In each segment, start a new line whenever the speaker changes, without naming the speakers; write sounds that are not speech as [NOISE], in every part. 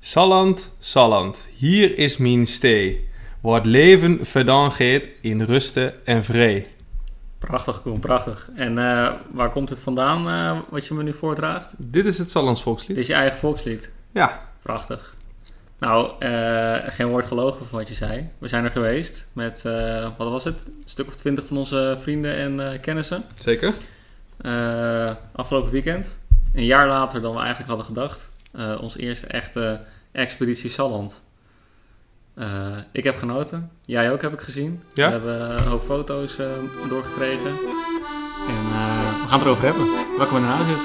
Salland, Salland, hier is mijn stee, waar het leven verdaan gaat in rusten en vrij.
Prachtig, Koen, prachtig. En eh, waar komt het vandaan, eh, wat je me nu voordraagt?
Dit is het Sallands
Dit
volkslied.
is je eigen volkslied.
Ja,
Prachtig. Nou, eh, geen woord gelogen van wat je zei. We zijn er geweest met, eh, wat was het? Een stuk of twintig van onze vrienden en eh, kennissen.
zeker.
Eh, afgelopen weekend. Een jaar later dan we eigenlijk hadden gedacht. Eh ons eerste echte expeditie Salland. Eh, ik heb genoten. Jij ook heb ik gezien.
Ja.
We hebben een hoop foto's eh, doorgekregen. En eh, we gaan het erover hebben. Welkom in de huis zit.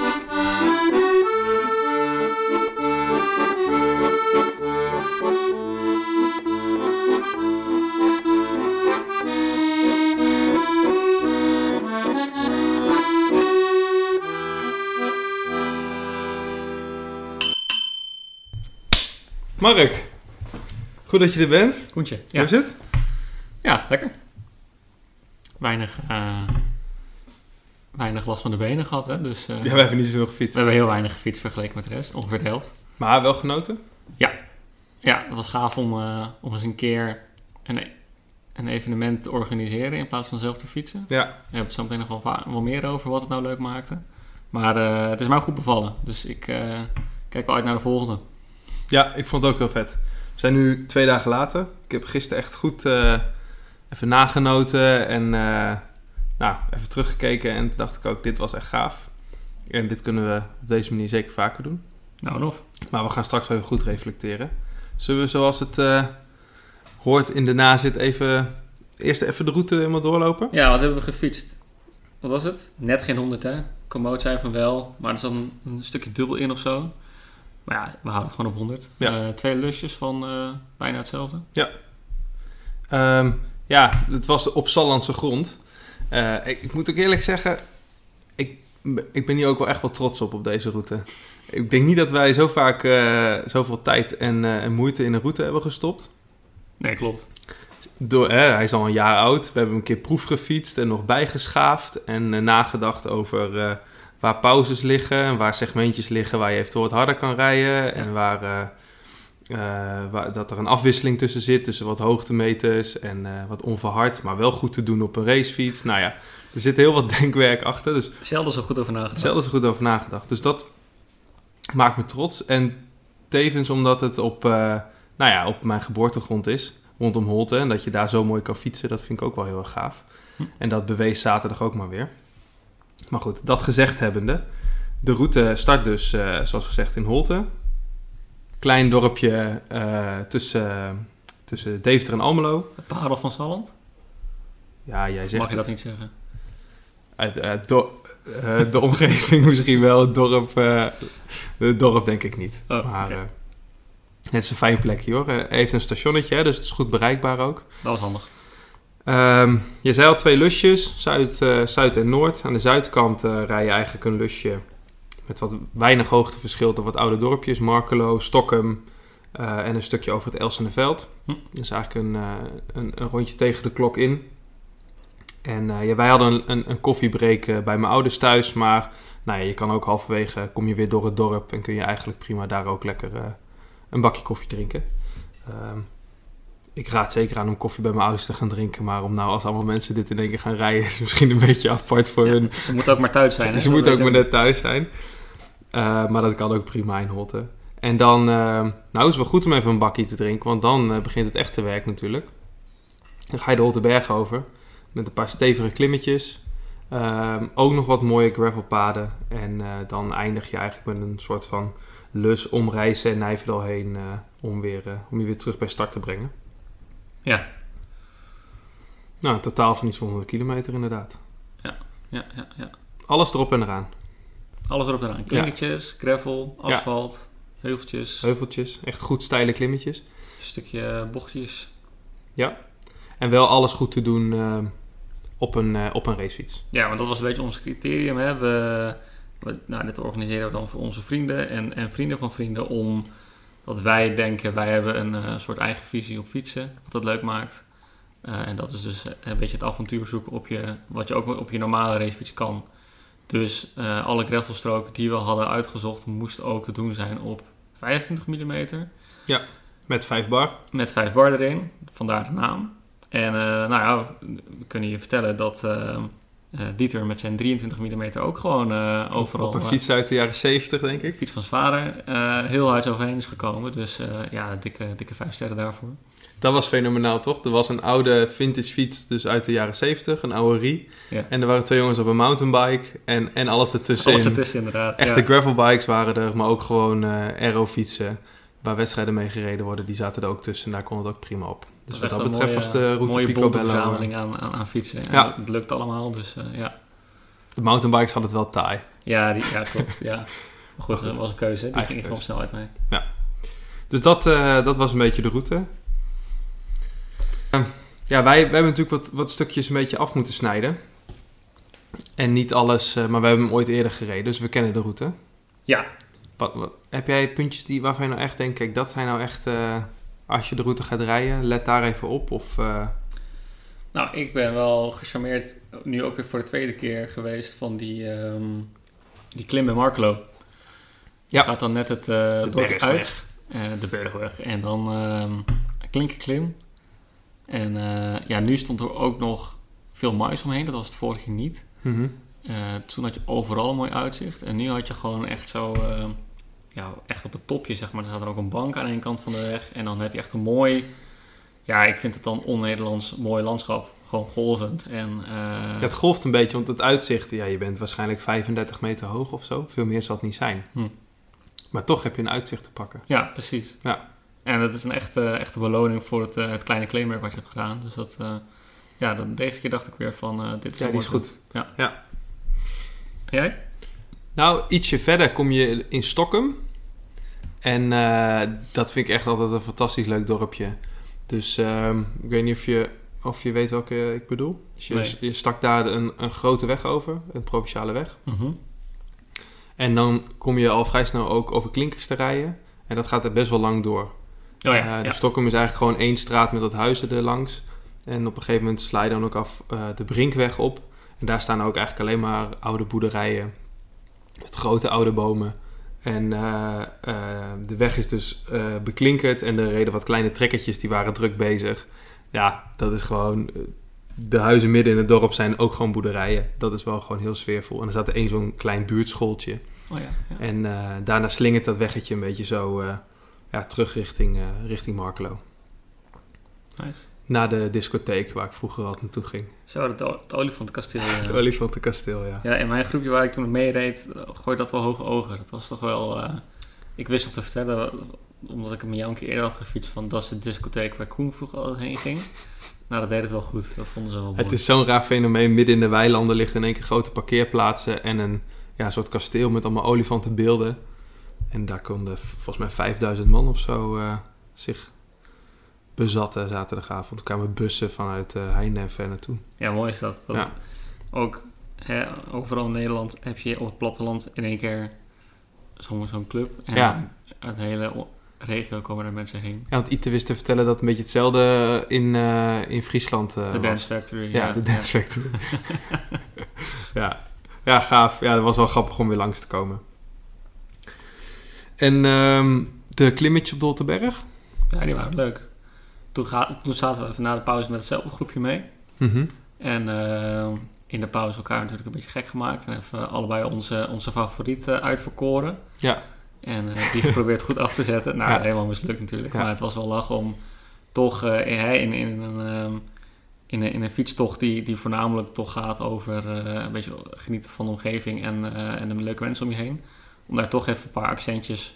Mark, goed dat je er bent.
Koentje.
Hoe
Ja,
is het?
ja lekker. Weinig, eh, weinig last van de benen gehad. Hè? Dus eh,
Ja, we hebben niet zoveel
we
gefietst.
hebben heel weinig gefietst vergeleken met de rest. Ongeveer de helft.
Maar wel genoten?
Ja, het was gaaf om, eh, om eens een keer een, e- een evenement te organiseren in plaats van zelf te fietsen.
Ja.
We hebben het zo meteen nog wel, va- wel meer over wat het nou leuk maakte. Maar eh, het is mij goed bevallen, dus ik eh, kijk wel uit naar de volgende.
Ja, ik vond het ook heel vet. We zijn nu twee dagen later. Ik heb gisteren echt goed eh, even nagenoten en eh, nou, even teruggekeken. En toen dacht ik ook, dit was echt gaaf. En dit kunnen we op deze manier zeker vaker doen.
Nou en of.
Maar we gaan straks wel heel goed reflecteren. Zullen we zoals het eh, hoort in de nazit even... Eerst even de route helemaal doorlopen?
Ja, wat hebben we gefietst? Wat was het? Net geen 100 hè? Komoot zijn van wel, maar er zat een, een stukje dubbel in of zo. Maar ja, we houden het gewoon op 100.
Ja.
Eh, twee lusjes van eh, bijna hetzelfde.
Ehm, ja, het was op Sallandse grond. Eh, ik, ik moet ook eerlijk zeggen, ik, ik ben hier ook wel echt wel trots op, op deze route. Ik denk niet dat wij zo vaak eh, zoveel tijd en, eh, en moeite in een route hebben gestopt.
Nee, klopt.
Door, hè, hij is al een jaar oud. We hebben een keer proef gefietst en nog bijgeschaafd. En eh, nagedacht over eh, waar pauzes liggen en waar segmentjes liggen waar je eventueel wat harder kan rijden. En waar, eh, eh, waar- dat er een afwisseling tussen zit, tussen wat hoogtemeters en eh, wat onverhard, maar wel goed te doen op een racefiets. Nou ja, er zit heel wat denkwerk achter. Dus
Zelden zo goed over nagedacht.
Zelden zo goed over nagedacht. Dus dat maakt me trots. En tevens omdat het op, eh, nou ja, op mijn geboortegrond is, rondom Holte. En dat je daar zo mooi kan fietsen, dat vind ik ook wel heel erg gaaf.
Hm.
En dat bewees zaterdag ook maar weer. Maar goed, dat gezegd hebbende. De route start dus, eh, zoals gezegd, in Holte. Klein dorpje eh, tussen, tussen Deventer en Almelo.
Het parel van Salland?
Ja, jij zegt
Mag je dat niet zeggen?
Uit, uit do- eh, de omgeving [LAUGHS] misschien wel, het dorp, eh, het dorp denk ik niet.
Oh,
maar
oké.
eh, het is een fijn plekje hoor. Eh, Hij heeft een stationnetje, hè, dus het is goed bereikbaar ook.
Dat was handig.
Ehm, je zei al twee lusjes, zuid, eh, zuid en noord. Aan de zuidkant eh, rij je eigenlijk een lusje met wat weinig hoogteverschil door wat oude dorpjes. Markelo, Stokkum eh, en een stukje over het Elsenveld.
Hm.
Dat is eigenlijk een, eh, een, een rondje tegen de klok in. En eh, ja, wij hadden een, een, een koffiebreak eh, bij mijn ouders thuis, maar nou ja, je kan ook halverwege, eh, kom je weer door het dorp en kun je eigenlijk prima daar ook lekker eh, een bakje koffie drinken. Ehm, ik raad zeker aan om koffie bij mijn ouders te gaan drinken. Maar om nou als allemaal mensen dit in één keer gaan rijden, is misschien een beetje apart voor hun.
Ze moeten ook maar thuis
[LAUGHS]
zijn. Hè?
Ze moeten
Dat
Dus ook maar
weet
net thuis zijn. Eh, maar dat kan ook prima in Hotten. En dan, eh, nou is het wel goed om even een bakkie te drinken, want dan eh, begint het echte werk natuurlijk. Dan ga je de Holteberg over met een paar stevige klimmetjes. Ehm, ook nog wat mooie gravelpaden. En eh, dan eindig je eigenlijk met een soort van lus om Rijssen en Nijverdal heen eh, om, weer, eh, om je weer terug bij start te brengen.
Ja.
Nou, een totaal van iets van 100 kilometer inderdaad.
Ja, ja, ja.
Alles erop en eraan.
Alles erop en eraan. Klinkertjes, gravel,
Ja.
asfalt, heuveltjes,
Heuveltjes, echt goed steile klimmetjes.
stukje bochtjes.
En wel alles goed te doen ehm, op, een, eh, op een racefiets.
Ja, want dat was een beetje ons criterium. Hè? We, we, nou, dit organiseren we dan voor onze vrienden en, en vrienden van vrienden. Omdat wij denken, wij hebben een eh, soort eigen visie op fietsen. Wat dat leuk maakt. Eh, en dat is dus een beetje het avontuur zoeken op je, wat je ook op je normale racefiets kan. Dus eh, alle gravelstroken die we hadden uitgezocht, moesten ook te doen zijn op 25 mm.
Met 5 bar.
Met 5 bar erin, vandaar de naam. En eh, nou ja, we kunnen je vertellen dat eh, eh, Dieter met zijn 23 mm ook gewoon eh, overal
Op een
eh,
fiets uit de jaren 70, denk ik.
fiets van zijn vader eh, heel hard overheen is gekomen. Dus eh, ja, dikke, dikke vijf sterren daarvoor.
Dat was fenomenaal, toch? Er was een oude vintage fiets, dus uit de jaren 70, een oude Rie.
Ja.
En er waren twee jongens op een mountainbike en, en alles ertussenin.
Alles ertussen dus inderdaad.
Echte
ja.
gravelbikes waren er, maar ook gewoon eh aerofietsen waar wedstrijden mee gereden worden. Die zaten er ook tussen, daar kon het ook prima op. Dus wat
echt
dat
een
betreft
mooie- eh,
was de route
mooie
Pico
bonte
Bello.
verzameling aan, aan, aan fietsen. En
Ja.
Het lukt allemaal, dus eh, ja.
De mountainbikes hadden het wel taai.
Ja, die, ja klopt.
[LAUGHS]
ja. Maar goed, dat was een keuze. hè. Die
Eigen
ging gewoon op snelheid mee.
Dus dat, eh, dat was een beetje de route. Eh, ja, wij, wij hebben natuurlijk wat, wat stukjes een beetje af moeten snijden. En niet alles, eh, maar we hebben hem ooit eerder gereden, dus we kennen de route.
Ja.
Wat, wat- heb jij puntjes die, waarvan je nou echt denkt, kijk, dat zijn nou echt, eh, als je de route gaat rijden, let daar even op. Of, eh,
Nou, ik ben wel gecharmeerd, nu ook weer voor de tweede keer geweest, van die, ehm, die klim bij Markelo. Je
Ja.
gaat dan net het eh
De
dorp
bergweg.
uit, eh, de bergweg, en dan ehm een klinkerklim. En eh, ja, nu stond er ook nog veel muis omheen, dat was het vorige keer niet.
mhm.
Eh, toen had je overal een mooi uitzicht. En nu had je gewoon echt zo... eh, ja, echt op het topje, zeg maar. Er staat er ook een bank aan één kant van de weg. En dan heb je echt een mooi... Ja, ik vind het dan on-Nederlands mooi landschap. Gewoon golvend. En, eh,
Ja, het golft een beetje, want het uitzicht, ja, je bent waarschijnlijk 35 meter hoog of zo. Veel meer zal het niet zijn.
Hm.
Maar toch heb je een uitzicht te pakken.
ja, precies.
Ja.
En dat is een echte, echte beloning voor het, eh, het kleine claimwerk wat je hebt gedaan. Dus dat... eh, ja, dan deze keer dacht ik weer van... eh, dit is
Ja,
een
die is
mooi
goed.
punt. Jij?
Nou, ietsje verder kom je in Stockholm. En eh, dat vind ik echt altijd een fantastisch leuk dorpje. Dus ehm, ik weet niet of je, of je weet welke ik bedoel. Dus je,
Nee.
je stak daar een, een grote weg over, een provinciale weg.
Mhm.
En dan kom je al vrij snel ook over klinkers te rijden. En dat gaat er best wel lang door.
Oh
Eh,
ja,
dus
ja.
Stockholm is eigenlijk gewoon één straat met wat huizen er langs. En op een gegeven moment sla je dan ook af eh, de Brinkweg op. En daar staan ook eigenlijk alleen maar oude boerderijen. Met grote oude bomen. En eh, eh, de weg is dus eh, beklinkerd. En er reden wat kleine trekkertjes, die waren druk bezig. Ja, dat is gewoon... eh, de huizen midden in het dorp zijn ook gewoon boerderijen. Dat is wel gewoon heel sfeervol. En er zat één zo'n klein buurtschooltje.
Oh ja, ja.
En eh, daarna slingert dat weggetje een beetje zo eh, ja, terug richting, eh, richting Markelo.
Nice.
Naar de discotheek waar ik vroeger altijd naartoe ging.
Zo, het, o- het olifantenkasteel.
Het
eh.
Olifantenkasteel, ja.
Ja, in mijn groepje waar ik toen mee reed, eh, gooide dat wel hoge ogen. Dat was toch wel... eh, ik wist nog te vertellen, omdat ik hem jou een keer eerder had gefietst... van dat is de discotheek waar Koen vroeger altijd heen ging. Nou, dat deed het wel goed. Dat vonden ze wel mooi.
Het is zo'n raar fenomeen. Midden in de weilanden ligt in één keer grote parkeerplaatsen en een ja, soort kasteel met allemaal olifantenbeelden. En daar konden v- volgens mij 5000 man of zo eh, zich bezatten zaterdagavond. Er kwamen bussen vanuit eh Heinef er naartoe.
Ja, mooi is dat. dat
Ja.
Ook hè, overal in Nederland heb je op het platteland in één keer zo'n zo'n club. En
Ja.
uit de hele o- regio komen er mensen heen.
Ja, want Ite wist te vertellen dat het een beetje hetzelfde in, eh, in Friesland eh
De
was.
Dance Factory.
Ja, de Dance Factory. ja. ja, gaaf. Ja, dat was wel grappig om weer langs te komen. En ehm, de klimmetje op Dolteberg.
Ja, die waren leuk. Toen, ga, toen zaten we even na de pauze met hetzelfde groepje mee.
Mhm.
En eh, in de pauze elkaar natuurlijk een beetje gek gemaakt. En even allebei onze, onze favorieten eh, uitverkoren.
Ja.
En eh, die geprobeerd goed af te zetten. Nou,
Ja.
helemaal mislukt natuurlijk.
Ja.
Maar het was wel lach om toch eh, in, hè, in, in, een, ehm, in, een, in een fietstocht die, die voornamelijk toch gaat over eh, een beetje genieten van de omgeving en, eh, en de leuke mensen om je heen. Om daar toch even een paar accentjes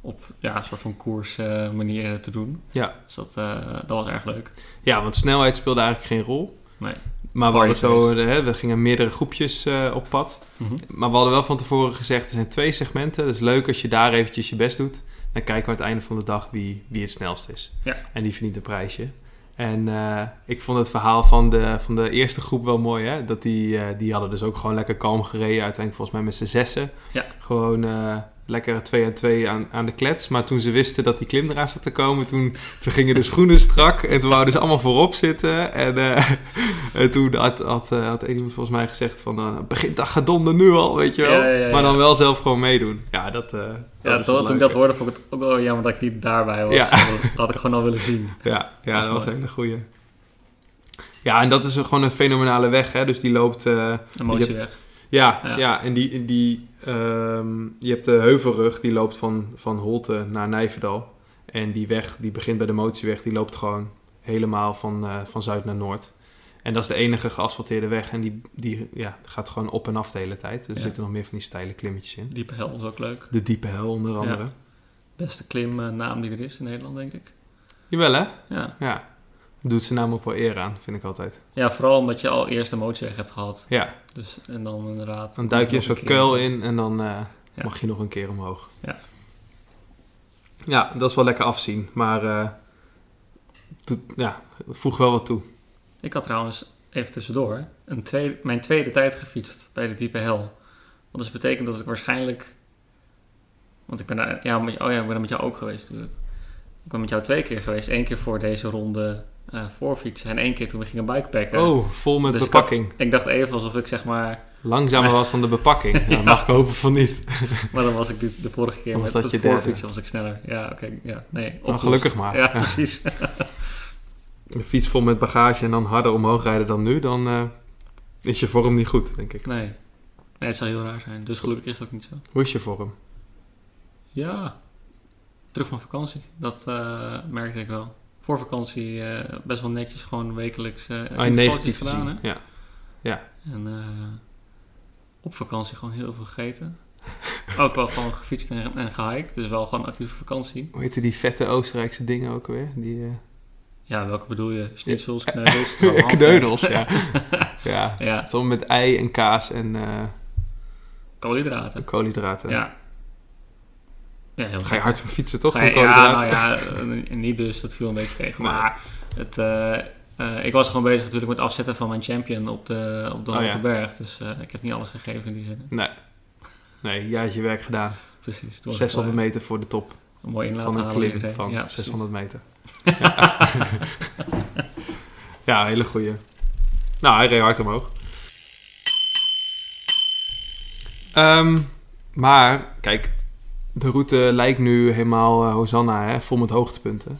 op ja, een soort van koers eh, manier te doen.
Ja.
Dus dat, eh, dat was erg leuk.
Ja, want snelheid speelde eigenlijk geen rol.
Nee.
Maar we, hadden zo,
Partypace.
hè, we gingen meerdere groepjes eh, op pad.
Mhm.
Maar we hadden wel van tevoren gezegd, er zijn twee segmenten. Dus leuk als je daar eventjes je best doet. Dan kijken we aan het einde van de dag wie, wie het snelst is.
Ja.
En die verdient een prijsje. En eh, ik vond het verhaal van de, van de eerste groep wel mooi. Hè? Dat die, eh, die hadden dus ook gewoon lekker kalm gereden. Uiteindelijk volgens mij met z'n zessen.
Ja.
Gewoon eh, lekker twee en twee aan, aan de klets. Maar toen ze wisten dat die klim eraan zat te komen, toen, toen gingen de schoenen strak. En toen wouden ze allemaal voorop zitten. En, eh, [LAUGHS] en toen had, had, eh, had één iemand volgens mij gezegd van, eh, begint dat gedonder nu al, weet je wel.
Ja, ja, ja,
Maar
ja.
dan wel zelf gewoon meedoen. Ja, dat, eh,
Ja,
is
toen,
wel
toen ik
leuk.
dat hoorde, vond ik het ook wel jammer dat ik niet daarbij was.
Ja.
Dat had ik gewoon al willen zien.
Ja, ja
Dat
dat,
is
was
mooi.
een hele goeie. Ja, en dat is een- gewoon een fenomenale weg, hè. Dus die loopt... eh,
Emotie weg.
Ja,
Ja.
ja. en die, en die, ehm, je hebt de heuvelrug, die loopt van, van Holte naar Nijverdal. En die weg, die begint bij de motieweg, die loopt gewoon helemaal van, eh, van zuid naar noord. En dat is de enige geasfalteerde weg en die, die ja, gaat gewoon op en af de hele tijd. Dus
Ja.
er zitten nog meer van die steile klimmetjes in.
Diepe hel is ook leuk.
De diepe hel onder andere.
Beste klimnaam die er is in Nederland, denk ik.
Jawel hè?
Ja,
Ja. Doet zijn naam ook wel eer aan, vind ik altijd.
ja vooral omdat je al eerst emotie weg hebt gehad.
Ja,
Dus, en dan inderdaad...
dan duik je een soort kuil in en dan eh,
Ja.
mag je nog een keer omhoog.
Ja.
Ja, dat is wel lekker afzien, maar eh, doet, ja, voeg wel wat toe.
Ik had trouwens, even tussendoor, een tweede, mijn tweede tijd gefietst bij de diepe hel. Wat dus betekent dat ik waarschijnlijk... Want ik ben daar... Ja, met, oh ja, ik ben daar met jou ook geweest natuurlijk. Ik ben met jou twee keer geweest. Eén keer voor deze ronde eh voorfietsen en één keer toen we gingen bikepacken.
Oh, vol met
Dus ik
bepakking.
Ik dacht even alsof ik zeg maar... [LAUGHS]
Langzamer was dan de bepakking. Nou,
Ja.
Mag ik hopen van niet.
Maar dan was ik de, de vorige keer
Dan was
met
dat
het
je derde.
voorfietsen was ik sneller. Ja, oké. ja, nee.
Maar
opgelost.
gelukkig maar.
Ja, precies. [LAUGHS]
Een fiets vol met bagage en dan harder omhoog rijden dan nu, dan eh, is je vorm niet goed, denk ik.
Nee. Nee, het zou heel raar zijn. Dus gelukkig is dat ook niet zo.
Hoe is je vorm?
Ja, terug van vakantie. Dat eh, merkte ik wel. Voor vakantie eh, best wel netjes, gewoon wekelijks eh
Ah, in
intervalletjes
negatief
gedaan.
gezien. Ja.
Hè? En eh, op vakantie gewoon heel veel gegeten. [LAUGHS] ook wel gewoon gefietst en, en gehiked. Dus wel gewoon actieve vakantie.
Hoe heette die vette Oostenrijkse dingen ook weer? Die eh,
Ja, welke bedoel je? Schnitzels,
[LAUGHS]
kneudels, tramhand.
kneudels, ja. ja.
[LAUGHS] ja,
Het is allemaal met ei en kaas en eh,
koolhydraten.
koolhydraten.
Ja. Ja, heel
Ga je hard van fietsen toch?
Ga
van
je- ja,
koolhydraten?
nou ja, eh, [LAUGHS] niet dus, dat viel een beetje tegen.
Nee.
Maar het, eh, eh, ik was gewoon bezig natuurlijk met afzetten van mijn champion op de, op de
Oh, ja.
Hoge Berg. Dus eh, ik heb niet alles gegeven in die zin. [LAUGHS]
Nee. Nee, jij hebt je werk gedaan.
Precies. toen was het
600
wel
meter voor de top
Een mooi inlaat
van een
halen
klim
iedereen.
van
Ja, precies.
600
[LAUGHS]
meter. [LAUGHS] Ja, ja hele goeie. Nou, hij reed hard omhoog. Ehm, maar, kijk, de route lijkt nu helemaal eh, Hosanna, hè, vol met hoogtepunten.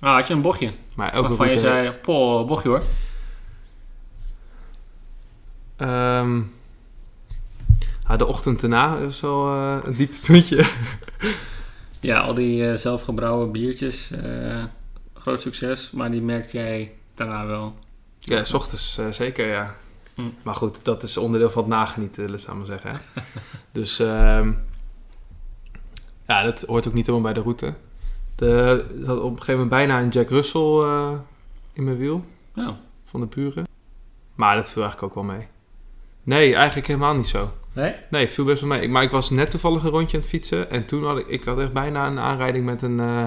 Ah, had je een bochtje?
Maar elke
waarvan je
route...
zei, poh, bochtje hoor.
Ehm, ah, de ochtend daarna is wel eh, een dieptepuntje.
Ja, al die eh, zelfgebrouwen biertjes. eh, groot succes. Maar die merkte jij daarna wel.
Ja, s ochtends eh, zeker, ja.
Mm.
Maar goed, dat is onderdeel van het nagenieten, laten we het maar zeggen. Hè? dus ehm, ja, dat hoort ook niet helemaal bij de route. De, ik had op een gegeven moment bijna een Jack Russell eh, in mijn wiel
Nou,
van de buren. Maar dat viel eigenlijk ook wel mee. Nee, eigenlijk helemaal niet zo.
nee?
Nee, viel best wel mee. Ik- Maar ik was net toevallig een rondje aan het fietsen. En toen had ik, ik had echt bijna een aanrijding met een, eh,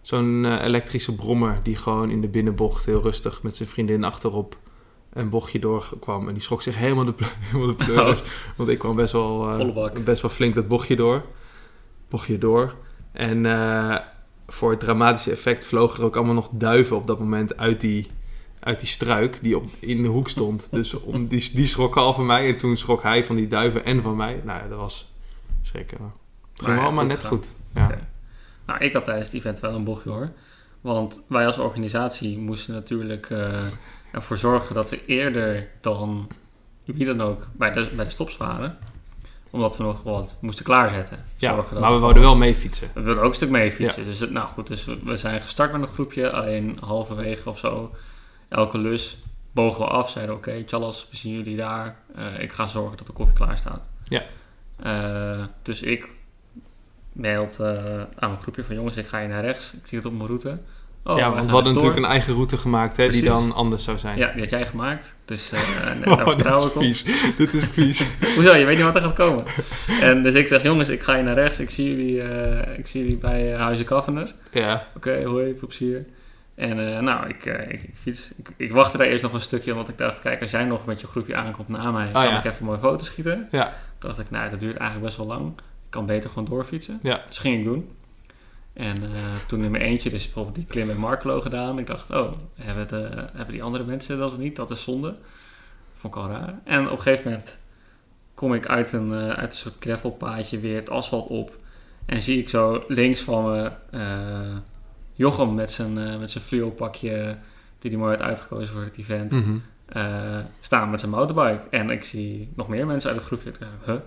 zo'n eh, elektrische brommer. Die gewoon in de binnenbocht heel rustig met zijn vriendin achterop een bochtje doorkwam. En die schrok zich helemaal de, ple- [LAUGHS] helemaal de pleuris. Want ik kwam best wel, eh,
Oh. Volle bak.
best wel flink dat bochtje door. Bochtje door. En eh, voor het dramatische effect vlogen er ook allemaal nog duiven op dat moment uit die, uit die struik die op, in de hoek stond. Dus om, die, die schrokken al van mij en toen schrok hij van die duiven en van mij. Nou, ja, dat was schrikken. Het ging
Maar ja,
allemaal
goed
net
gedaan.
goed. Ja.
Oké. Nou, ik had tijdens het event wel een bochtje hoor. Want wij als organisatie moesten natuurlijk eh, ervoor zorgen dat we eerder dan wie dan ook bij de, bij de stops waren. Omdat we nog wat moesten klaarzetten.
Ja,
Zorgen dat
maar we wouden wel mee fietsen.
we wilden ook een stuk mee fietsen. Dus het, nou goed, dus we, we zijn gestart met een groepje. Alleen halverwege of zo, elke lus, bogen we af. Zeiden oké, tjallas, we zien jullie daar. Eh, ik ga zorgen dat de koffie klaar staat.
Ja.
Eh, dus ik mailt eh, aan mijn groepje van jongens, ik ga hier naar rechts. Ik zie het op mijn route. Oh, wij
ja,
gaan
want we hadden
rechtdoor.
natuurlijk een eigen route gemaakt hè, die
Precies.
dan anders zou zijn. [LAUGHS]
Ja, die had jij gemaakt. Dus eh, nee,
Oh,
daar
dit
vertrouw
is
ik op.
vies. dit is
[LAUGHS]
vies.
Hoezo? Je weet niet wat er gaat komen. En dus ik zeg, jongens, ik ga hier naar rechts. Ik zie jullie, eh, ik zie jullie bij eh, Huizen Kavener.
ja.
Oké, hoi, veel plezier. En eh, nou, ik, eh, ik, ik fiets. Ik, ik wachtte daar eerst nog een stukje, want ik dacht, kijk, als jij nog met je groepje aankomt na mij, kan
Ah, ja.
ik even mooie foto's schieten.
Ja.
Toen dacht ik, nou, dat duurt eigenlijk best wel lang. kan beter gewoon doorfietsen.
Ja.
Dus ging ik doen. En eh, toen in mijn eentje dus bijvoorbeeld die klim met Marklo gedaan. Ik dacht, oh, hebben, het, eh, hebben die andere mensen dat niet? Dat is zonde. Vond ik al raar. En op een gegeven moment kom ik uit een, eh, uit een soort gravelpaadje weer het asfalt op. En zie ik zo links van me eh, Jochem met zijn, eh, met zijn fluo pakje, die hij mooi had uitgekozen voor het event
Mhm.
eh, staan met zijn motorbike. En ik zie nog meer mensen uit het groepje. Ik dacht, huh?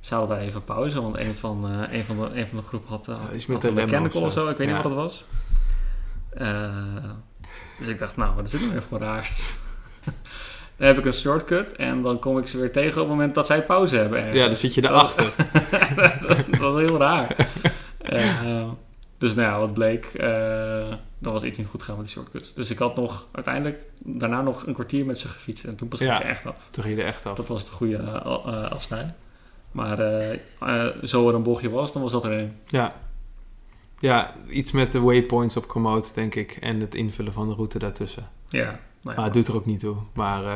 Ze hadden daar even pauze, want een van, eh, een van, de, een van de groep had, eh,
Ja, iets
had
met
een
de remmen
mechanical
of
of
zo.
zo. Ik weet
Ja.
niet wat het was. Eh, dus ik dacht, nou, wat is dit nou weer voor raar? [LAUGHS] dan heb ik een shortcut en dan kom ik ze weer tegen op het moment dat zij pauze hebben. ergens.
Ja, dan zit je
Dat- [LAUGHS]
erachter.
dat, dat was heel raar. Eh, eh, dus nou ja, wat bleek, eh er was iets niet goed gaan met die shortcut. Dus ik had nog uiteindelijk daarna nog een kwartier met ze gefietst en toen pas
Ja.
ik er echt af.
Toen ging je er echt af.
Dat was de goede eh, al- eh, afsnij. Maar eh, eh, zo er een bochtje was, dan was dat er een.
Ja. Ja, iets met de waypoints op Komoot, denk ik. En het invullen van de route daartussen.
Ja, nou ja,
Maar het doet er ook niet toe. Maar eh,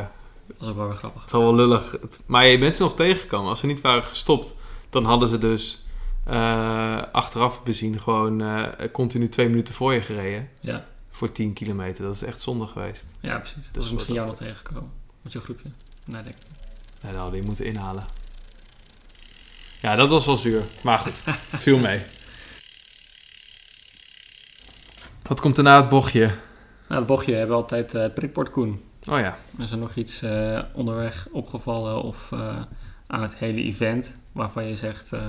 dat was ook wel weer grappig.
het zal wel lullig. Het- maar je bent ze nog tegengekomen. Als ze niet waren gestopt, dan hadden ze dus eh, achteraf bezien gewoon eh, continu twee minuten voor je gereden.
Ja.
Voor 10 kilometer. Dat is echt zonde geweest.
Ja, precies. Dat
Dus
was misschien
wat
jou nog tegengekomen. Met je groepje. Nee, denk ik.
Ja, dat hadden je moeten inhalen. Ja, dat was wel zuur. Maar
[LAUGHS]
goed, viel mee. Wat komt er na het bochtje?
Nou, het bochtje hebben we altijd eh prikbord Koen.
Oh ja.
Is er nog iets eh, onderweg opgevallen of eh, aan het hele event waarvan je zegt, eh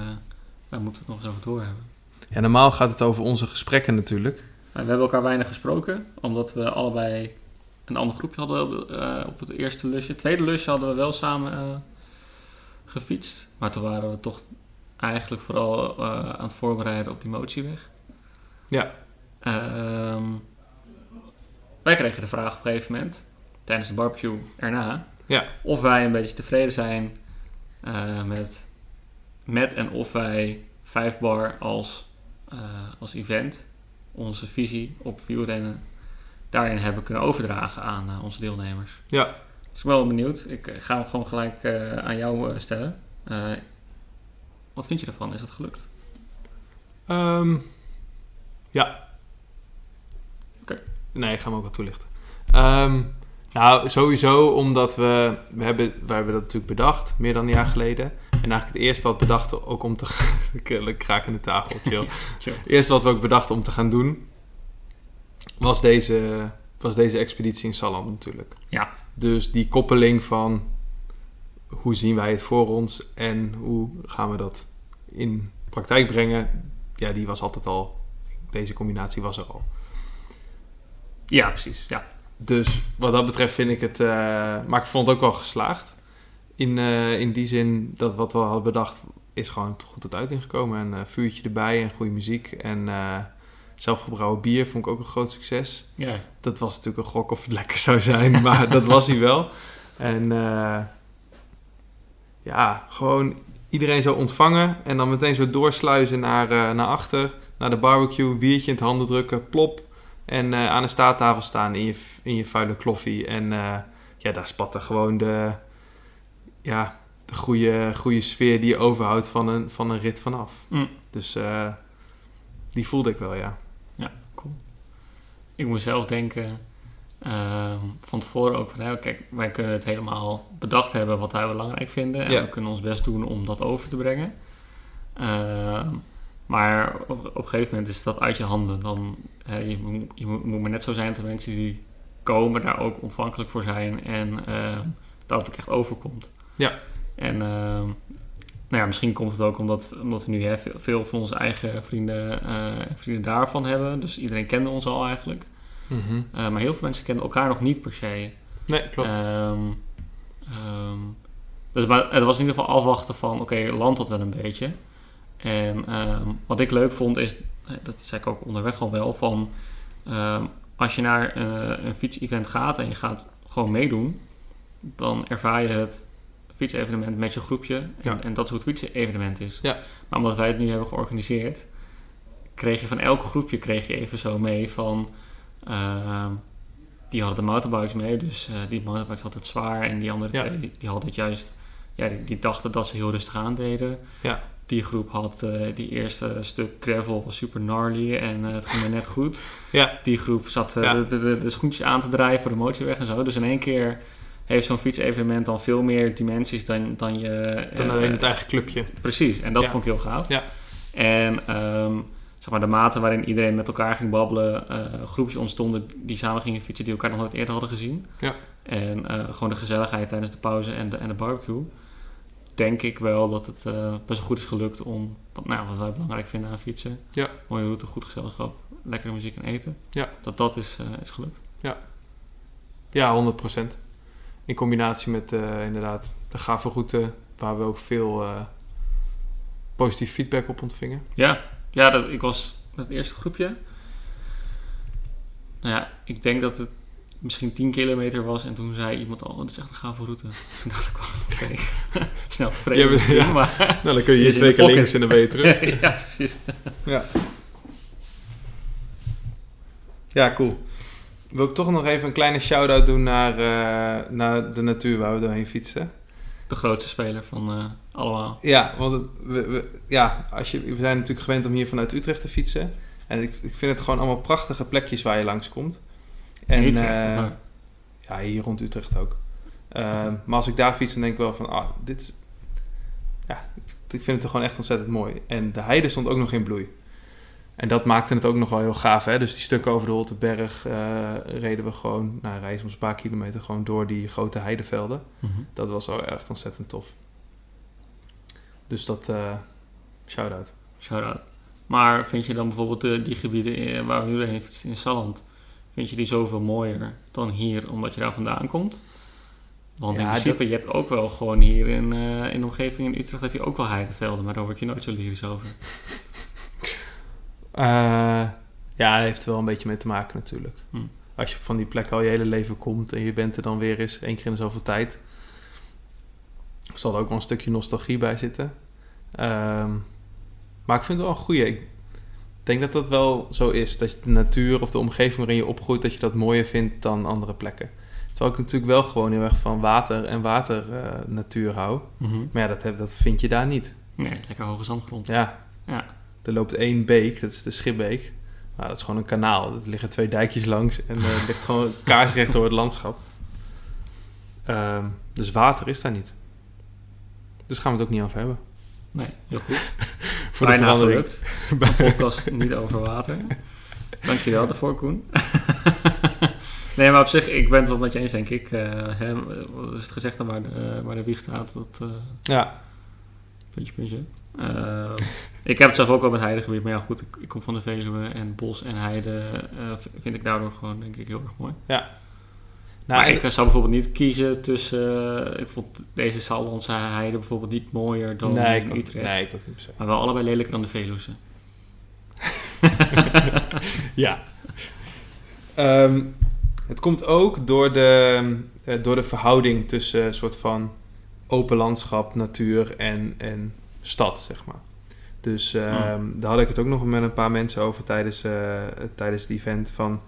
wij moeten het nog eens over doorhebben?
Ja, normaal gaat het over onze gesprekken natuurlijk.
Nou, we hebben elkaar weinig gesproken, omdat we allebei een ander groepje hadden op, eh, op het eerste lusje. Het tweede lusje hadden we wel samen eh, gefietst, maar toen waren we toch eigenlijk vooral eh, aan het voorbereiden op die motieweg.
Ja.
Ehm, wij kregen de vraag op een gegeven moment, tijdens de barbecue erna,
Ja.
of wij een beetje tevreden zijn eh, met, met en of wij 5 bar als, eh, als event, onze visie op wielrennen, daarin hebben kunnen overdragen aan eh, onze deelnemers.
Ja.
Dus ik ben wel benieuwd. Ik eh, ga hem gewoon gelijk eh, aan jou eh, stellen. Eh, wat vind je ervan? Is dat gelukt?
Ehm, ja.
Oké.
Nee, ik ga hem ook wel toelichten. Ehm, nou, sowieso omdat we... We hebben, we hebben dat natuurlijk bedacht, meer dan een jaar geleden. En eigenlijk het eerste wat we bedachten ook om te... [LAUGHS] Ik kraak in de tafel, chill.
[LAUGHS] Chill.
Het eerste wat we ook bedachten om te gaan doen... was deze, was deze expeditie in Salland natuurlijk.
Ja.
Dus die koppeling van... hoe zien wij het voor ons... en hoe gaan we dat in praktijk brengen... ja, die was altijd al... deze combinatie was er al.
Ja, precies. Ja.
Dus wat dat betreft vind ik het... eh, maar ik vond het ook wel geslaagd. In, eh, in die zin dat wat we hadden bedacht... is gewoon goed tot uiting gekomen. En eh, vuurtje erbij en goede muziek. En eh, zelfgebrouwen bier vond ik ook een groot succes.
ja.
Dat was natuurlijk een gok of het lekker zou zijn. [LAUGHS] Maar dat was hij wel. En eh, ja, gewoon iedereen zo ontvangen. En dan meteen zo doorsluizen naar, eh, naar achter. Naar de barbecue, biertje in het handen drukken, plop. En eh, aan een staattafel staan in je, in je vuile kloffie. En eh, ja, daar spatte gewoon de, ja, de goede, goede sfeer die je overhoudt van een, van een rit vanaf.
Mm.
Dus eh, die voelde ik wel, ja.
Ik moest zelf denken ehm, van tevoren ook van, nou, kijk, wij kunnen het helemaal bedacht hebben wat wij belangrijk vinden. En
Ja.
we kunnen ons best doen om dat over te brengen. Ehm, maar op, op een gegeven moment is dat uit je handen. Dan, hè, je, moet- je moet, moet maar net zo zijn dat de mensen die komen daar ook ontvankelijk voor zijn. En ehm, dat het ook echt overkomt.
Ja.
En ehm, nou ja, misschien komt het ook omdat, omdat we nu hè, veel, veel van onze eigen vrienden, eh, vrienden daarvan hebben. Dus iedereen kende ons al eigenlijk. Eh, maar heel veel mensen kennen elkaar nog niet per se.
Nee, klopt.
Ehm, ehm, dus, maar het was in ieder geval afwachten van, oké, landt dat wel een beetje? En ehm, wat ik leuk vond is, eh, dat zei ik ook onderweg al wel, van ehm, als je naar eh, een fietsevent gaat en je gaat gewoon meedoen, dan ervaar je het fietsevenement met je groepje. En,
Ja.
en dat is hoe het fietsevenement is.
Ja.
Maar omdat wij het nu hebben georganiseerd, kreeg je van elk groepje kreeg je even zo mee van... ehm, die hadden de mountainbikes mee, dus eh, die mountainbikes hadden het zwaar. En die andere
Ja.
twee, die, die hadden het juist... Ja, die, die dachten dat ze heel rustig aandeden.
Ja.
die groep had eh, die eerste stuk gravel was super gnarly en eh, het ging maar net goed.
Ja.
Die groep zat eh,
Ja.
de, de, de schoentjes aan te draaien voor de motorweg en zo. Dus in één keer heeft zo'n fietsevenement dan veel meer dimensies dan, dan je...
Dan
eh,
alleen het eigen clubje.
Precies, en dat
Ja.
vond ik heel gaaf.
Ja.
En ehm, zeg maar, de mate waarin iedereen met elkaar ging babbelen, eh, groepjes ontstonden die samen gingen fietsen die elkaar nog nooit eerder hadden gezien.
Ja.
En eh, gewoon de gezelligheid tijdens de pauze en de, en de barbecue. Denk ik wel dat het eh, best wel goed is gelukt om wat, nou, wat wij belangrijk vinden aan fietsen.
Ja.
Mooie route, goed gezelschap, lekkere muziek en eten.
Ja.
Dat dat is, eh, is gelukt.
Ja, 100%. In combinatie met eh, inderdaad de gave route, waar we ook veel eh, positief feedback op ontvingen.
Ja, ja dat, ik was met het eerste groepje. Nou ja, ik denk dat het misschien 10 kilometer was. En toen zei iemand al, oh, dit is echt een gave route. [LAUGHS] Dus toen dacht ik, oh, oké,
[LAUGHS]
[LAUGHS] snel tevreden
Ja, maar-
misschien,
ja.
maar...
[LAUGHS] Nou, dan kun je
Is
hier
in
twee keer
de pocket.
links en dan ben je terug.
[LAUGHS] ja, precies.
[LAUGHS] Ja, cool. Wil ik toch nog even een kleine shout-out doen naar, eh, naar de natuur waar we doorheen fietsen.
De grootste speler van eh, allemaal.
Ja, want het- we, we- ja, als je, we zijn natuurlijk gewend om hier vanuit Utrecht te fietsen. En ik, ik vind het gewoon allemaal prachtige plekjes waar je langskomt. En,
Niet
eh,
echt, maar
Ja, hier rond Utrecht ook. Ehm, Maar als ik daar fiets, dan denk ik wel van... Ah, dit is... Ja, het- ik vind het er gewoon echt ontzettend mooi. En de heide stond ook nog in bloei. En dat maakte het ook nog wel heel gaaf, hè. Dus die stukken over de Holteberg eh, reden we gewoon... Nou, reis ons een paar kilometer gewoon door die grote heidevelden.
mhm.
Dat was al echt ontzettend tof. Dus dat... eh Shout-out.
Shout-out. Maar vind je dan bijvoorbeeld eh, die gebieden eh, waar we nu heen fietsen in Salland... vind je die zoveel mooier dan hier, omdat je daar vandaan komt? Want in
Ja,
principe, je hebt ook wel gewoon hier in, eh, in de omgeving in Utrecht... heb je ook wel heidevelden, maar daar word je nooit zo lyrisch over.
Eh, ja, dat heeft er wel een beetje mee te maken natuurlijk.
Hm.
Als je van die plek al je hele leven komt en je bent er dan weer eens één keer in de zoveel tijd, zal er ook wel een stukje nostalgie bij zitten. Ehm, maar ik vind het wel een goeie. Ik denk dat dat wel zo is. Dat je de natuur of de omgeving waarin je opgroeit, dat je dat mooier vindt dan andere plekken. Terwijl ik natuurlijk wel gewoon heel erg van water en waternatuur natuur hou. Maar ja, dat, heb, dat vind je daar niet.
Nee, lekker hoge zandgrond.
Ja.
Ja.
Er loopt één beek, dat is de Schipbeek. Maar dat is gewoon een kanaal. Er liggen twee dijkjes langs en eh, het ligt
[LAUGHS]
gewoon kaarsrecht door het landschap. Ehm, dus water is daar niet. Dus gaan we het ook niet over hebben.
Nee, heel goed.
Voor de
Bijna
verandering.
gelukt.
[LAUGHS]
Een podcast niet over water. Dankjewel daarvoor, Koen. [LAUGHS] nee, maar op zich, ik ben het wel met je eens, denk ik. Eh, hè, wat is het gezegd dan waar de, eh, waar de wieg staat? Dat, eh,
Ja,
Puntje, puntje. Eh, ik heb het zelf ook al met heidegebied. Maar ja, goed, ik, ik kom van de Veluwe en bos en heide eh, v- vind ik daardoor gewoon, denk ik, heel erg mooi.
nou,
maar
en-
ik eh, zou bijvoorbeeld niet kiezen tussen... eh, ik vond deze Sallandse heide bijvoorbeeld niet mooier dan
nee, ik ook,
Utrecht.
nee, ik ook niet per se.
Maar wel allebei lelijker dan de Veluwe.
Ja. Ehm, het komt ook door de, eh, door de verhouding tussen een soort van open landschap, natuur en, en stad, zeg maar. Dus ehm, daar had ik het ook nog met een paar mensen over tijdens, eh, tijdens het event. Van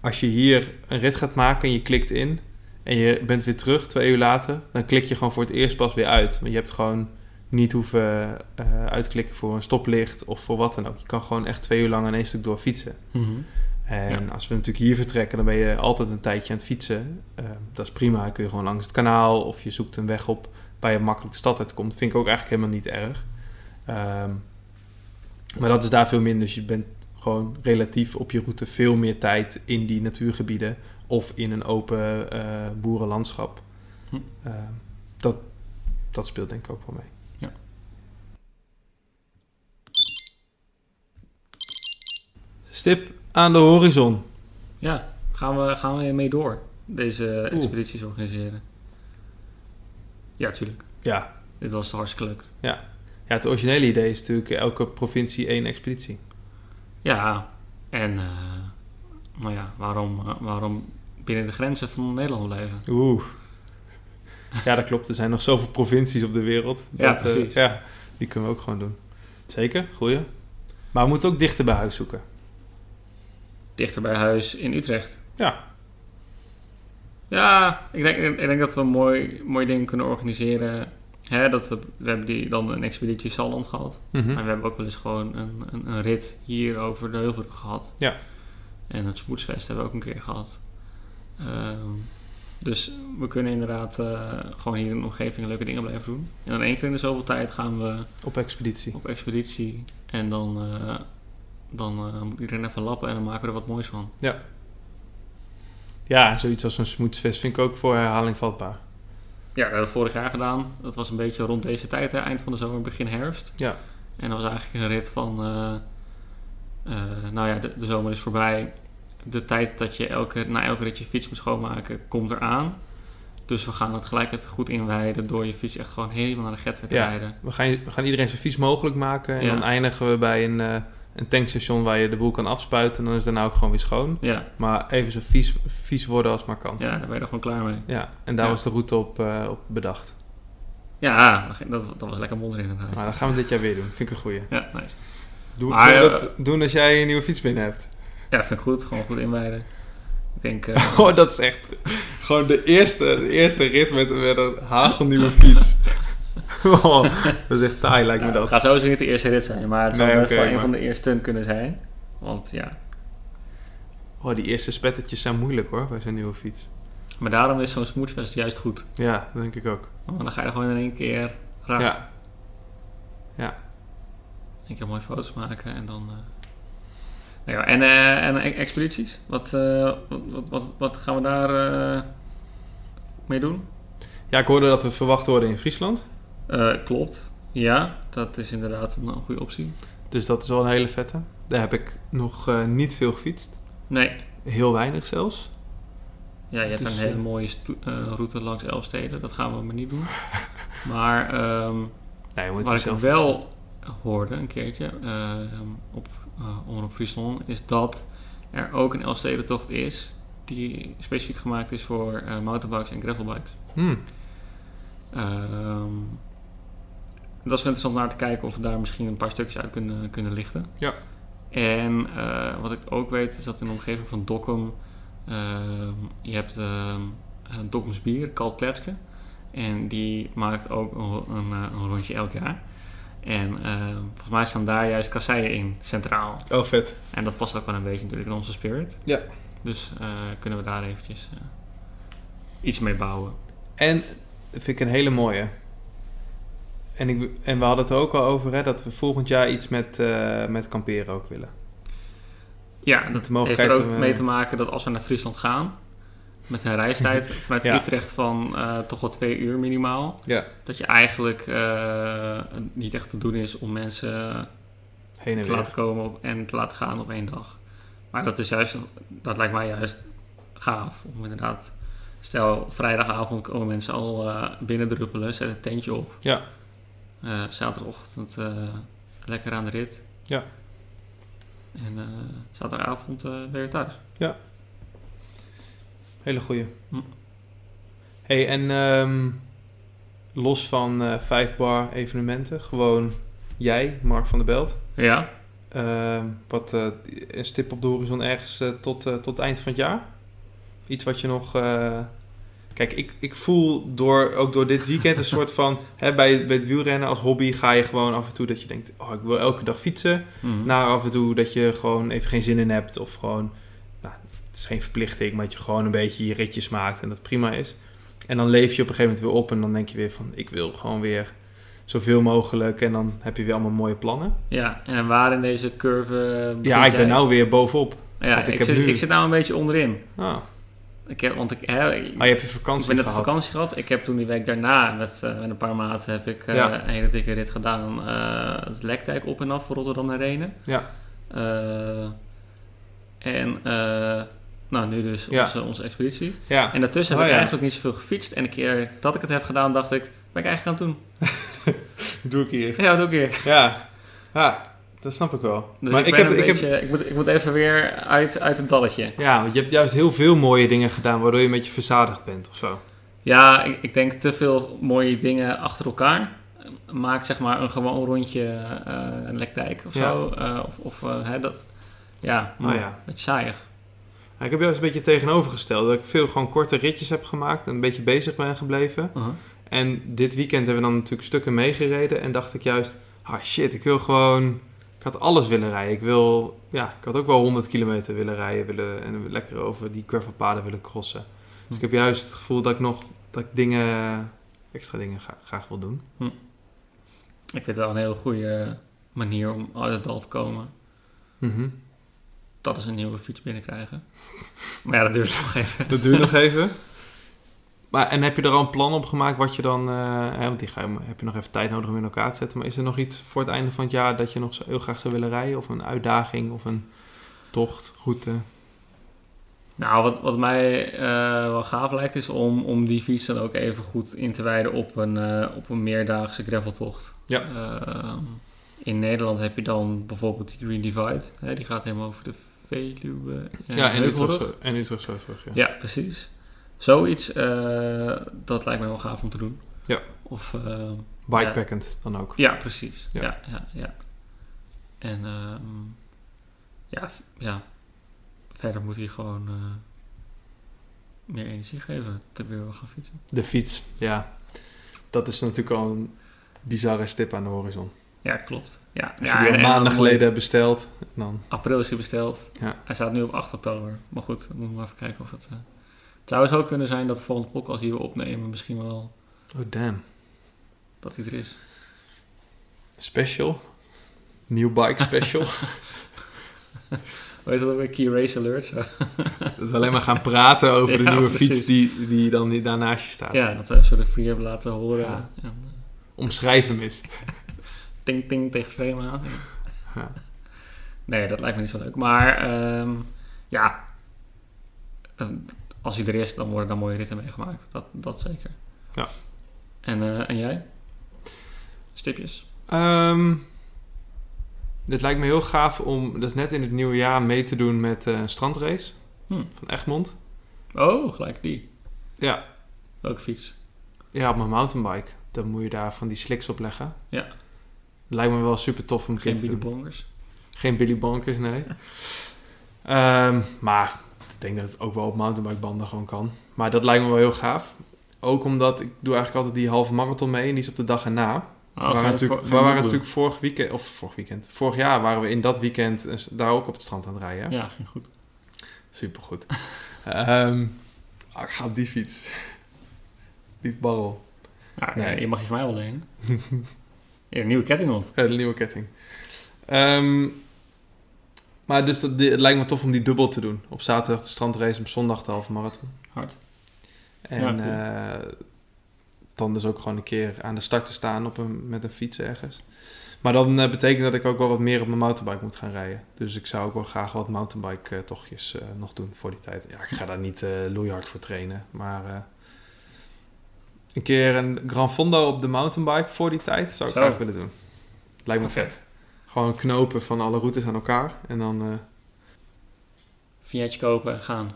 als je hier een rit gaat maken en je klikt in en je bent weer terug twee uur later, dan klik je gewoon voor het eerst pas weer uit. Want je hebt gewoon niet hoeven eh, uitklikken voor een stoplicht of voor wat dan ook. Je kan gewoon echt twee uur lang in één stuk door fietsen.
Mhm.
En als we natuurlijk hier vertrekken, dan ben je altijd een tijdje aan het fietsen. Eh, dat is prima, dan kun je gewoon langs het kanaal of je zoekt een weg op waar je makkelijk de stad uitkomt. Vind ik ook eigenlijk helemaal niet erg. Ehm, maar dat is daar veel minder. Dus je bent gewoon relatief op je route veel meer tijd in die natuurgebieden of in een open eh, boerenlandschap.
Hm.
Ehm, dat, dat speelt denk ik ook wel mee.
Ja.
Stip aan de horizon.
Ja, gaan we, gaan we mee door. Deze
Oeh.
expedities organiseren. Ja, tuurlijk.
Ja.
Dit was hartstikke leuk.
ja, het originele idee is natuurlijk elke provincie één expeditie.
Ja, en eh, nou ja, waarom, eh, waarom binnen de grenzen van Nederland blijven?
Oeh. Ja, dat klopt. Er zijn nog zoveel provincies op de wereld.
Ja,
Dat, eh,
precies.
ja, die kunnen we ook gewoon doen. Zeker, goeie. Maar we moeten ook dichter bij huis zoeken.
Dichter bij huis in Utrecht.
Ja.
Ja, ik denk, ik denk dat we mooi, mooie dingen kunnen organiseren hè, dat we, we hebben die, dan een expeditie Salland gehad.
Mhm.
Maar we hebben ook wel eens gewoon een, een, een rit hier over de Heuvelrug gehad.
Ja.
En het Smoetsfest hebben we ook een keer gehad. Ehm, dus we kunnen inderdaad eh, gewoon hier in de omgeving leuke dingen blijven doen. En dan één keer in de zoveel tijd gaan we
Op expeditie.
op expeditie. En dan, eh, dan eh, moet iedereen even lappen en dan maken we er wat moois van.
Ja, en zoiets als een smoetsfest vind ik ook voor herhaling vatbaar.
Ja, dat hebben we vorig jaar gedaan. Dat was een beetje rond deze tijd, hè? eind van de zomer, begin herfst.
Ja.
En dat was eigenlijk een rit van, eh, eh, nou ja, de, de zomer is voorbij. De tijd dat je elke, na elke rit je fiets moet schoonmaken, komt eraan. Dus we gaan het gelijk even goed inwijden door je fiets echt gewoon helemaal naar de getwet te
Ja.
rijden.
We gaan, we gaan iedereen zo vies mogelijk maken. En
Ja.
dan eindigen we bij een, eh, een tankstation waar je de boel kan afspuiten. En dan is het daarna ook gewoon weer schoon.
Ja,
Maar even zo vies, vies worden als maar kan. Ja,
ja, daar ben je er gewoon klaar mee.
en daar
Ja.
was de route op, eh, op bedacht.
Ja, dat, dat was lekker modder inderdaad.
Maar dat gaan we dit jaar weer doen. Vind ik een goeie.
Ja, nice.
Doe,
Maar,
doe
eh,
dat doen als jij een nieuwe fiets binnen hebt.
Ja, vind ik goed. Gewoon goed inwijden. Ik denk, eh,
[LAUGHS] Oh, dat is echt gewoon de eerste, de eerste rit met, met een hagelnieuwe fiets. [LAUGHS] Oh, dat is echt taai, lijkt me
Ja, Het
dat.
gaat sowieso niet de eerste rit zijn, maar het zou
Nee,
best
oké,
wel een
maar-
van de eerste kunnen zijn. Want ja,
Oh, die eerste spettertjes zijn moeilijk hoor, bij zo'n nieuwe fiets.
maar daarom is zo'n smoetsfest juist goed.
Ja, dat denk ik ook.
Want dan ga je er gewoon in één keer raak.
Ja.
Een keer mooie foto's maken en dan... eh. Nou ja, en, eh, en e- expedities? Wat, eh, wat, wat, wat, wat gaan we daar eh, mee doen?
ja, ik hoorde dat we verwacht worden in Friesland.
Eh, klopt, ja. Dat is inderdaad een, een goede optie.
Dus dat is al een hele vette. Daar heb ik nog eh, niet veel gefietst.
Nee,
Heel weinig zelfs.
Ja, je hebt
Dus,
een
eh,
hele mooie sto- eh, route langs Elfsteden. Dat gaan we maar niet doen. Maar ehm
Nee, je moet
wat
het
ik
zelf fietsen.
wel hoorde een keertje ehm, op eh Omroep Friesland... is dat er ook een Elfstedentocht is... die specifiek gemaakt is voor eh, mountainbikes en gravelbikes.
Hmm,
Ehm, dat is wel interessant om naar te kijken of we daar misschien een paar stukjes uit kunnen, kunnen lichten.
Ja.
En eh, wat ik ook weet is dat in de omgeving van Dokkum ehm, je hebt ehm een Dokkums bier, Kalt Kletske. En die maakt ook een, ro- een, eh, een rondje elk jaar. En ehm, volgens mij staan daar juist kasseien in, centraal.
Oh, vet.
En dat past ook wel een beetje natuurlijk in onze spirit.
Ja.
Dus eh, kunnen we daar eventjes eh, iets mee bouwen.
En dat vind ik een hele mooie. En, ik, en we hadden het er ook al over hè, dat we volgend jaar iets met, eh, met kamperen ook willen.
Ja, dat
de mogelijkheid
heeft er ook
om, eh,
mee te maken dat als we naar Friesland gaan, met een
[LAUGHS]
reistijd vanuit
Ja.
Utrecht van eh, toch wel twee uur minimaal,
Ja.
dat je eigenlijk eh, niet echt te doen is om mensen
Heen en
te
weer.
laten komen op- en te laten gaan op één dag. Maar dat is juist, dat lijkt mij juist gaaf. Om inderdaad, stel vrijdagavond komen mensen al eh binnendruppelen, zet een tentje op.
Ja.
Eh, zaterdagochtend eh, lekker aan de rit.
Ja.
En eh, zaterdagavond eh, ben je thuis.
Hele goeie.
Hm.
hey, en ehm, los van eh, vijf bar evenementen, gewoon jij, Mark van der Belt.
Ja,
ehm, wat eh, een stip op de horizon ergens eh, tot, eh, tot het eind van het jaar? Iets wat je nog. eh, Kijk, ik, ik voel door, ook door dit weekend een soort van. [LAUGHS] Hè, bij, bij het wielrennen als hobby ga je gewoon af en toe dat je denkt: oh, ik wil elke dag fietsen.
Mhm.
Naar af en toe dat je gewoon even geen zin in hebt. Of gewoon, nou, het is geen verplichting, maar dat je gewoon een beetje je ritjes maakt en dat prima is. En dan leef je op een gegeven moment weer op en dan denk je weer van, ik wil gewoon weer zoveel mogelijk. En dan heb je weer allemaal mooie plannen.
ja, en waar in deze curve... begint
Ja, ik ben
jij?
nou weer bovenop.
Ja,
want ik
ik,
heb
zit,
nu-
ik zit nou een beetje onderin.
Nou,
Ik heb, want ik, hè, ik,
maar Oh, je hebt je
ik
vakantie
ben net op
gehad.
vakantie gehad. Ik heb toen die week daarna met, eh, met een paar maten heb ik, eh,
Ja.
een hele dikke rit gedaan. eh het Lekdijk op en af voor Rotterdam naar Renen.
Ja.
Eh, en eh, nou, nu dus
Ja.
onze, onze expeditie.
Ja,
En daartussen
Oh,
heb ik
ja.
eigenlijk niet zoveel gefietst. En een keer dat ik het heb gedaan, dacht ik, wat ben ik eigenlijk aan het doen?
[LAUGHS] doe ik hier.
Ja, doe ik weer.
Ja, ja dat snap ik wel.
Dus
maar
ik,
ik,
ben
heb,
een
ik heb
beetje, ik, moet, ik moet even weer uit, uit het dalletje.
Ja, want je hebt juist heel veel mooie dingen gedaan waardoor je een beetje verzadigd bent of zo.
Ja, ik, ik denk te veel mooie dingen achter elkaar. Maak zeg maar een gewoon rondje eh een lekdijk of
Ja.
zo. Eh, of of eh, hè, dat, ja,
Oh ja.
het saaiig.
Ja, ik heb juist een beetje tegenovergesteld. Dat ik veel gewoon korte ritjes heb gemaakt en een beetje bezig ben gebleven. En dit weekend hebben we dan natuurlijk stukken meegereden. En dacht ik juist, ah shit, ik wil gewoon... Ik had alles willen rijden. Ik, wil, ja, ik had ook wel 100 kilometer willen rijden. Willen, en lekker over die gravelpaden willen crossen. Dus ik heb juist het gevoel dat ik nog dat ik dingen, extra dingen ga- graag wil doen.
Ik vind het wel een heel goede manier om uit het dal te komen.
Mhm.
Dat is een nieuwe fiets binnenkrijgen. Maar ja, dat duurt [LAUGHS] nog even.
Dat duurt nog even. [LAUGHS] Maar, en heb je er al een plan op gemaakt wat je dan... eh, hè, want die ga, je- heb je nog even tijd nodig om in elkaar te zetten. Maar is er nog iets voor het einde van het jaar dat je nog zo- heel graag zou willen rijden? Of een uitdaging of een tocht, route?
Nou, wat, wat mij eh, wel gaaf lijkt is om, om die fiets dan ook even goed in te wijden op een, eh, op een meerdaagse graveltocht.
Ja.
Ehm, in Nederland heb je dan bijvoorbeeld die Green Divide. Hè, die gaat helemaal over de Veluwe.
Ja,
en
en Utrecht
Heuvelrug.
zo- en Utrecht zo terug, ja.
Ja, precies. Zoiets, eh, dat lijkt mij wel gaaf om te doen.
Ja.
Of, eh,
Bikepackend dan ook.
ja, precies.
Ja.
Ja, ja, ja. En, ehm, ja, v- ja. Verder moet hij gewoon eh, meer energie geven terwijl we gaan fietsen.
De fiets, ja. Dat is natuurlijk al een bizarre stip aan de horizon.
Ja, klopt. Ja,
Als
ja,
je die
en-
al
en
maanden
dan
geleden hebt besteld, dan...
April is hij besteld.
Ja.
Hij staat nu op 8 oktober. Maar goed, dan moeten we maar even kijken of het... eh, het zou zo kunnen zijn dat de volgende podcast die we opnemen misschien wel
Oh, damn.
dat hij er is.
Special. New [LAUGHS] bike special.
Weet je dat ook weer? Key Race Alert. Zo.
dat we alleen maar gaan praten over de
Ja,
nieuwe
precies.
fiets die, die dan hier daarnaast je staat.
Ja, dat we even zo de free hebben laten horen.
Ja.
En, eh,
Omschrijf hem eens.
ting ting tegen het frame aan.
Ja.
Nee, dat lijkt me niet zo leuk. Maar ehm, ja, Ehm, als hij er is, dan worden daar mooie ritten meegemaakt. Dat, dat zeker.
Ja.
En, eh, en jij? Stipjes?
Ehm, dit lijkt me heel gaaf om, dat is net in het nieuwe jaar, mee te doen met eh, een strandrace
Hm.
van Egmond.
Oh, gelijk die.
Ja.
Welke fiets?
Ja, op mijn mountainbike. Dan moet je daar van die slicks op leggen.
Ja.
Lijkt me wel super tof om een keer
Geen
te
Billy
doen.
Bongers.
Geen Billy Bonkers,
[LAUGHS]
nee. Ehm, maar ik denk dat het ook wel op mountainbikebanden gewoon kan. Maar dat lijkt me wel heel gaaf. Ook omdat ik doe eigenlijk altijd die halve marathon mee en die is op de dag erna.
Ah,
we
geen
waren, natuurlijk,
voor-
we
geen
waren
Doelbroek.
natuurlijk vorig weekend, of vorig weekend, vorig jaar waren we in dat weekend eh, daar ook op het strand aan het rijden.
Ja, ging goed.
Supergoed. [LAUGHS] Ehm ah, ik ga op die fiets. [LAUGHS] Die barrel.
Ja,
Nee.
Je mag je van mij wel lenen. [LAUGHS] Je hebt een nieuwe ketting
[LAUGHS]
op.
Eh, de nieuwe ketting. Ehm, maar dus dat, die- het lijkt me tof om die dubbel te doen. Op zaterdag de strandrace, op zondag de halve marathon.
Hard.
En
Ja,
eh, dan dus ook gewoon een keer aan de start te staan op een, met een fiets ergens. Maar dan eh, betekent dat ik ook wel wat meer op mijn mountainbike moet gaan rijden. Dus ik zou ook wel graag wat mountainbike eh, tochtjes eh, nog doen voor die tijd. Ja, ik ga daar niet eh, loeihard voor trainen. Maar eh, een keer een Gran Fondo op de mountainbike voor die tijd zou ik
Zo.
graag willen doen. Lijkt me vet. Gewoon knopen van alle routes aan elkaar. En dan eh,
Vignetje kopen en gaan.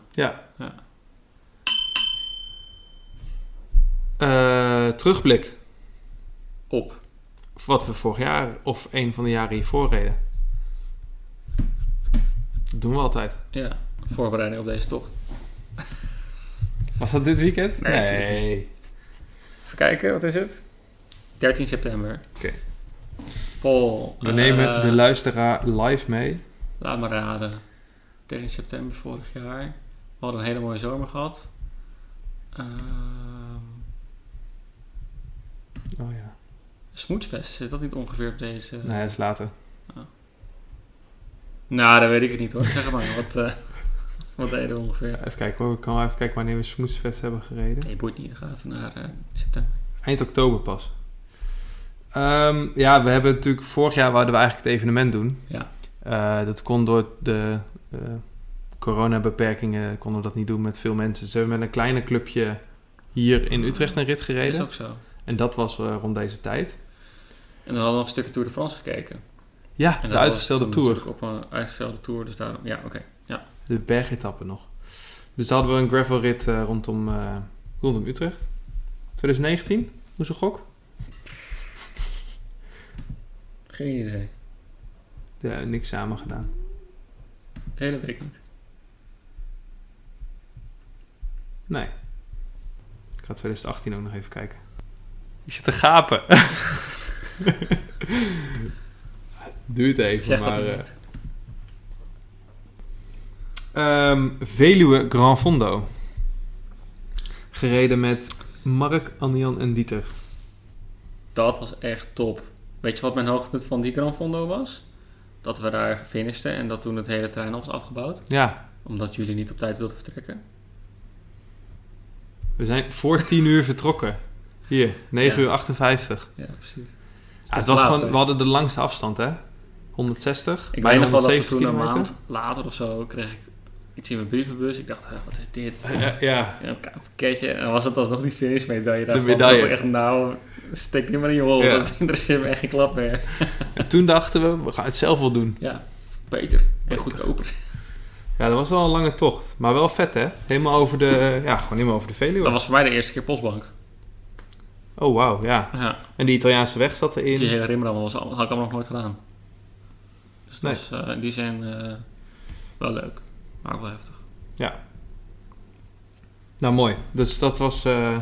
eh, terugblik.
Op.
wat we vorig jaar of een van de jaren hiervoor reden. Dat doen we altijd.
Ja. Voorbereiding op deze tocht.
Was dat dit weekend?
Nee, natuurlijk Even kijken, wat is het? 13 september.
Oké.
Paul.
We
eh,
nemen de luisteraar live mee.
Laat maar raden. 13 september vorig jaar. We hadden een hele mooie zomer gehad. Ehm
Oh ja.
Smoetsfest, zit dat niet ongeveer op deze?
Nee, dat is later.
Nou, dat weet ik het niet hoor. Zeg maar, wat, eh [LAUGHS] wat deden we ongeveer?
Even kijken hoor. Ik kan wel even kijken wanneer we Smoesfest hebben gereden.
Nee, boeit niet. Dan gaan we even naar eh, september.
Eind oktober pas. Ehm, ja, we hebben natuurlijk... Vorig jaar wilden we eigenlijk het evenement doen.
Ja.
Eh, dat kon door de eh, coronabeperkingen... konden we dat niet doen met veel mensen. Dus we hebben met een kleine clubje hier in Utrecht een rit gereden.
Is ook zo.
En dat was eh, rond deze tijd.
En dan hadden we nog een stukje Tour de France gekeken.
Ja,
En
de uitgestelde tour.
toer. Op een uitgestelde tour, dus daarom. Ja, oké.
De bergetappe nog. Dus daar hadden we een gravelrit eh, rondom, eh, rondom Utrecht. 2019, hoe is een gok?
Geen idee.
Ja, niks samen gedaan.
De hele week niet.
Nee. Ik ga 2018 ook nog even kijken. Je zit te gapen. [LAUGHS] Duurt even,
Zeg dat
maar...
dan
eh.
niet.
Ehm, Veluwe Grand Fondo. Gereden met Mark, Anjan en Dieter.
Dat was echt top. Weet je wat mijn hoogtepunt van die Gran Fondo was? Dat we daar finishten en dat toen het hele trein was afgebouwd.
Ja,
Omdat jullie niet op tijd wilden vertrekken.
we zijn
[LAUGHS]
voor 10 uur vertrokken. Hier, 9
Ja.
uur 58.
Ja, precies.
Ja,
Is
het
toch
was
laat,
gewoon,
hè?
we hadden de langste afstand, hè? 160,
Ik weet
bijna
nog wel dat we
170
toen een
kilometer.
maand later of zo kreeg ik iets in mijn brievenbus. Ik dacht, hè, wat is dit?
Ja, ja.
Ja, Een pakketje. En dan was het alsnog die finishmedaille. Daar
De
vond ik
medaille.
ook echt, nou, steek niet maar in je hol.
Ja.
Dat [LAUGHS] interesseert me echt geen klap meer.
En toen dachten we, we gaan het zelf wel doen.
Ja, beter en
Beter.
goedkoper.
Ja, dat was wel een lange tocht. Maar wel vet, hè? Helemaal over de... Ja, gewoon helemaal over de Veluwe.
Dat was voor mij de eerste keer postbank.
Oh, wauw, ja.
Ja,
En die Italiaanse weg zat erin.
die hele rimram was, al- had ik allemaal nog nooit gedaan. Dus dat
Nee.
is, eh, in die zijn wel leuk, maar ook wel heftig.
Nou, mooi. Dus dat was... eh,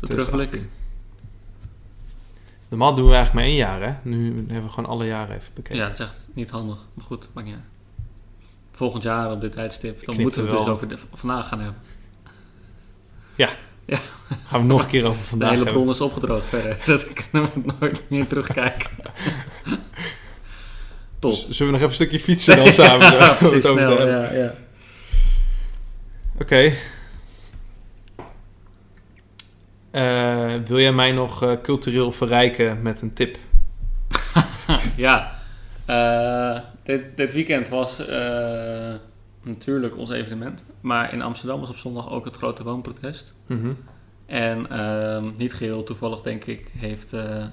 De terugblik.
2018. Normaal doen we eigenlijk maar één jaar, hè? Nu hebben we gewoon alle jaren even bekeken.
Ja, dat is echt niet handig. Maar goed, maakt niet uit. Volgend jaar op dit tijdstip, dan
knip
moeten we
er
het dus
wel.
over de- v- vandaag gaan hebben.
Gaan we nog een keer over
[LAUGHS] De
vandaag
hele
hebben.
bron is opgedroogd verder. [LAUGHS] Dat kunnen we nooit meer
[LAUGHS]
terugkijken. Top.
Z- Dus Zullen we nog even een stukje fietsen
[LAUGHS]
dan samen? zo, om
ja,
het
precies,
over te
snel,
hebben?
ja, ja.
Oké. Eh, wil jij mij nog eh, cultureel verrijken met een tip?
Ja, eh, dit, dit weekend was eh, natuurlijk ons evenement. Maar in Amsterdam was op zondag ook het grote woonprotest.
Mhm.
En ehm, niet geheel toevallig, denk ik, heeft eh,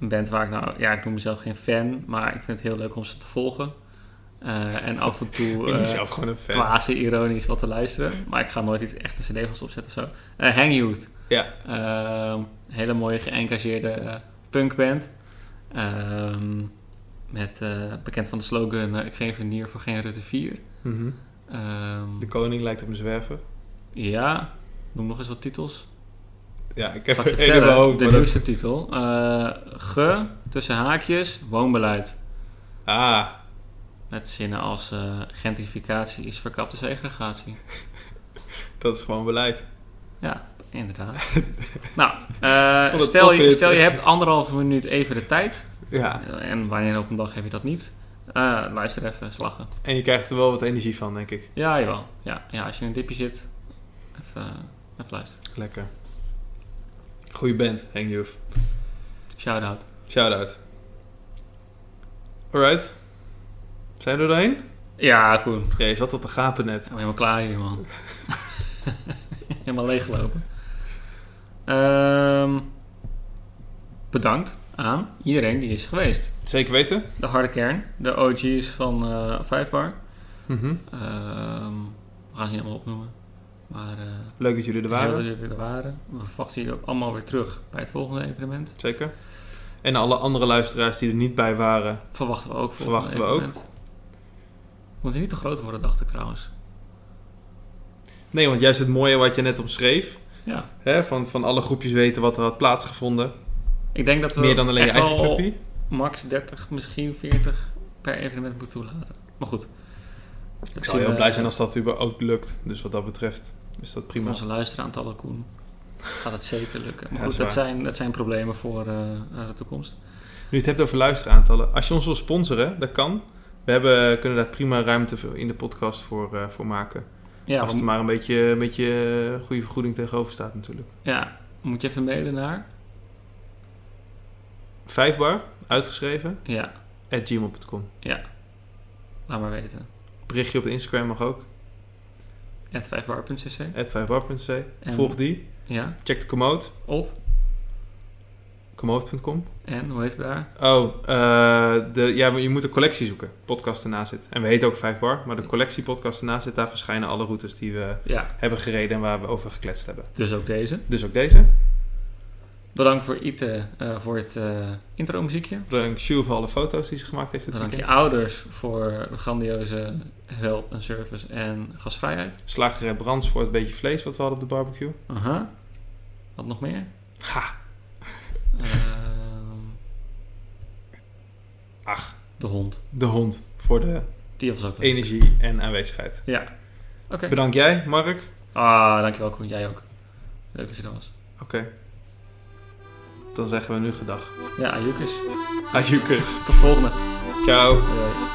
een band waar ik nou... Ja, ik noem mezelf geen fan, maar ik vind het heel leuk om ze te volgen. Eh, en af en
Ik
toe
ben
eh
zelf gewoon een fan.
quasi ironisch wat te luisteren. Maar ik ga nooit iets echt tussen regels opzetten of zo. Eh, Hang Youth.
Ja.
Ehm, hele mooie geëngageerde eh, punkband. Ehm, met, eh, bekend van de slogan eh, geen vernier voor geen Rutte 4.
Mhm.
Ehm,
De koning lijkt op een zwerver.
ja, noem nog eens wat titels.
Ja, [LAUGHS] ik
Zal
heb
ik
er
je
één in mijn
vertellen,
hoofd.
de
maar dat-
nieuwste titel. eh, ge, tussen haakjes, woonbeleid.
Ah,
Met zinnen als eh, gentrificatie is verkapte segregatie.
dat is gewoon beleid.
Ja,
[LAUGHS]
inderdaad. nou, eh,
Wat een
stel, je,
tophit.
stel je hebt anderhalve minuut even de tijd.
Ja.
En wanneer op een dag heb je dat niet? Eh, luister even, slagen.
En je krijgt er wel wat energie van, denk ik.
Ja, jawel. Ja, ja, als je in een dipje zit, even, eh, even luisteren.
Lekker. Goeie band, Henk Juf.
Shout-out.
Shout-out. Alright. Zijn we er doorheen?
Ja, Koen. Ik
Ja, je zat al te gapen net.
ben helemaal klaar hier, man. [LAUGHS] helemaal leeggelopen. Ehm, bedankt aan iedereen die is geweest.
Zeker weten.
De harde kern, de OG's van eh Vijfbar.
Mhm.
Ehm, we gaan ze niet allemaal opnoemen. Maar eh,
Leuk dat jullie er
heel dat
waren.
jullie er waren. We verwachten jullie ook allemaal weer terug bij het volgende evenement.
Zeker. En alle andere luisteraars die er niet bij waren.
Verwachten we ook. voor
Verwachten
het
we
evenement. Moet het niet te groot worden, dacht ik trouwens.
Nee, want juist het mooie wat je net omschreef.
Ja.
Hè, van, van alle groepjes weten wat er had plaatsgevonden.
Ik denk dat we
Meer dan alleen je
echt
eigen
wel
clubje.
max 30, misschien 40 per evenement moeten toelaten. Maar goed. eh, Dat
Ik
zien
zou heel
we
blij zijn als dat überhaupt lukt. Dus wat dat betreft is dat
met
prima.
onze luisteraantallen, Koen. Gaat het zeker lukken. Maar
Ja,
goed,
dat
dat
is
zijn, dat zijn problemen voor eh, eh, de toekomst.
Nu je het hebt over luisteraantallen. Als je ons wil sponsoren, dat kan. We hebben, kunnen daar prima ruimte voor- in de podcast voor, eh, voor maken.
Ja,
Als
we-
er maar een beetje, een beetje eh, goede vergoeding tegenover staat natuurlijk.
ja, moet je even mailen naar?
Vijfbar, uitgeschreven,
Ja,
at gmail.com.
laat maar weten.
Berichtje op Instagram mag ook,
At 5bar.cc.
at vijfbar.c.
En-
Volg die,
Ja,
check de commode,
op.
commode.com.
En hoe heet we daar?
Oh, eh, de, ja, maar je moet een collectie zoeken, podcast ernaast zit. En we heten ook Vijfbar, maar de collectie podcast ernaast zit, daar verschijnen alle routes die we
Ja,
hebben gereden en waar we over gekletst hebben.
dus ook deze.
Dus ook deze.
Bedankt voor Ite eh, voor het eh intro muziekje.
Bedankt Sjoe voor alle foto's die ze gemaakt heeft dit
Bedankt je
weekend.
ouders voor de grandioze hulp en service en gastvrijheid.
Slagerij Brands voor het beetje vlees wat we hadden op de barbecue.
Aha. Wat nog meer?
Ha,
Ehm,
Ach.
De hond.
de hond voor de
Die was ook leuk.
energie en aanwezigheid.
Ja. Oké.
Bedankt jij, Mark.
Ah, dankjewel Koen. Jij ook. Leuk dat je er was.
Oké. Dan zeggen we nu gedag.
Ja, Jukus.
Adieu, kus.
Tot volgende.
Ciao.
Doei.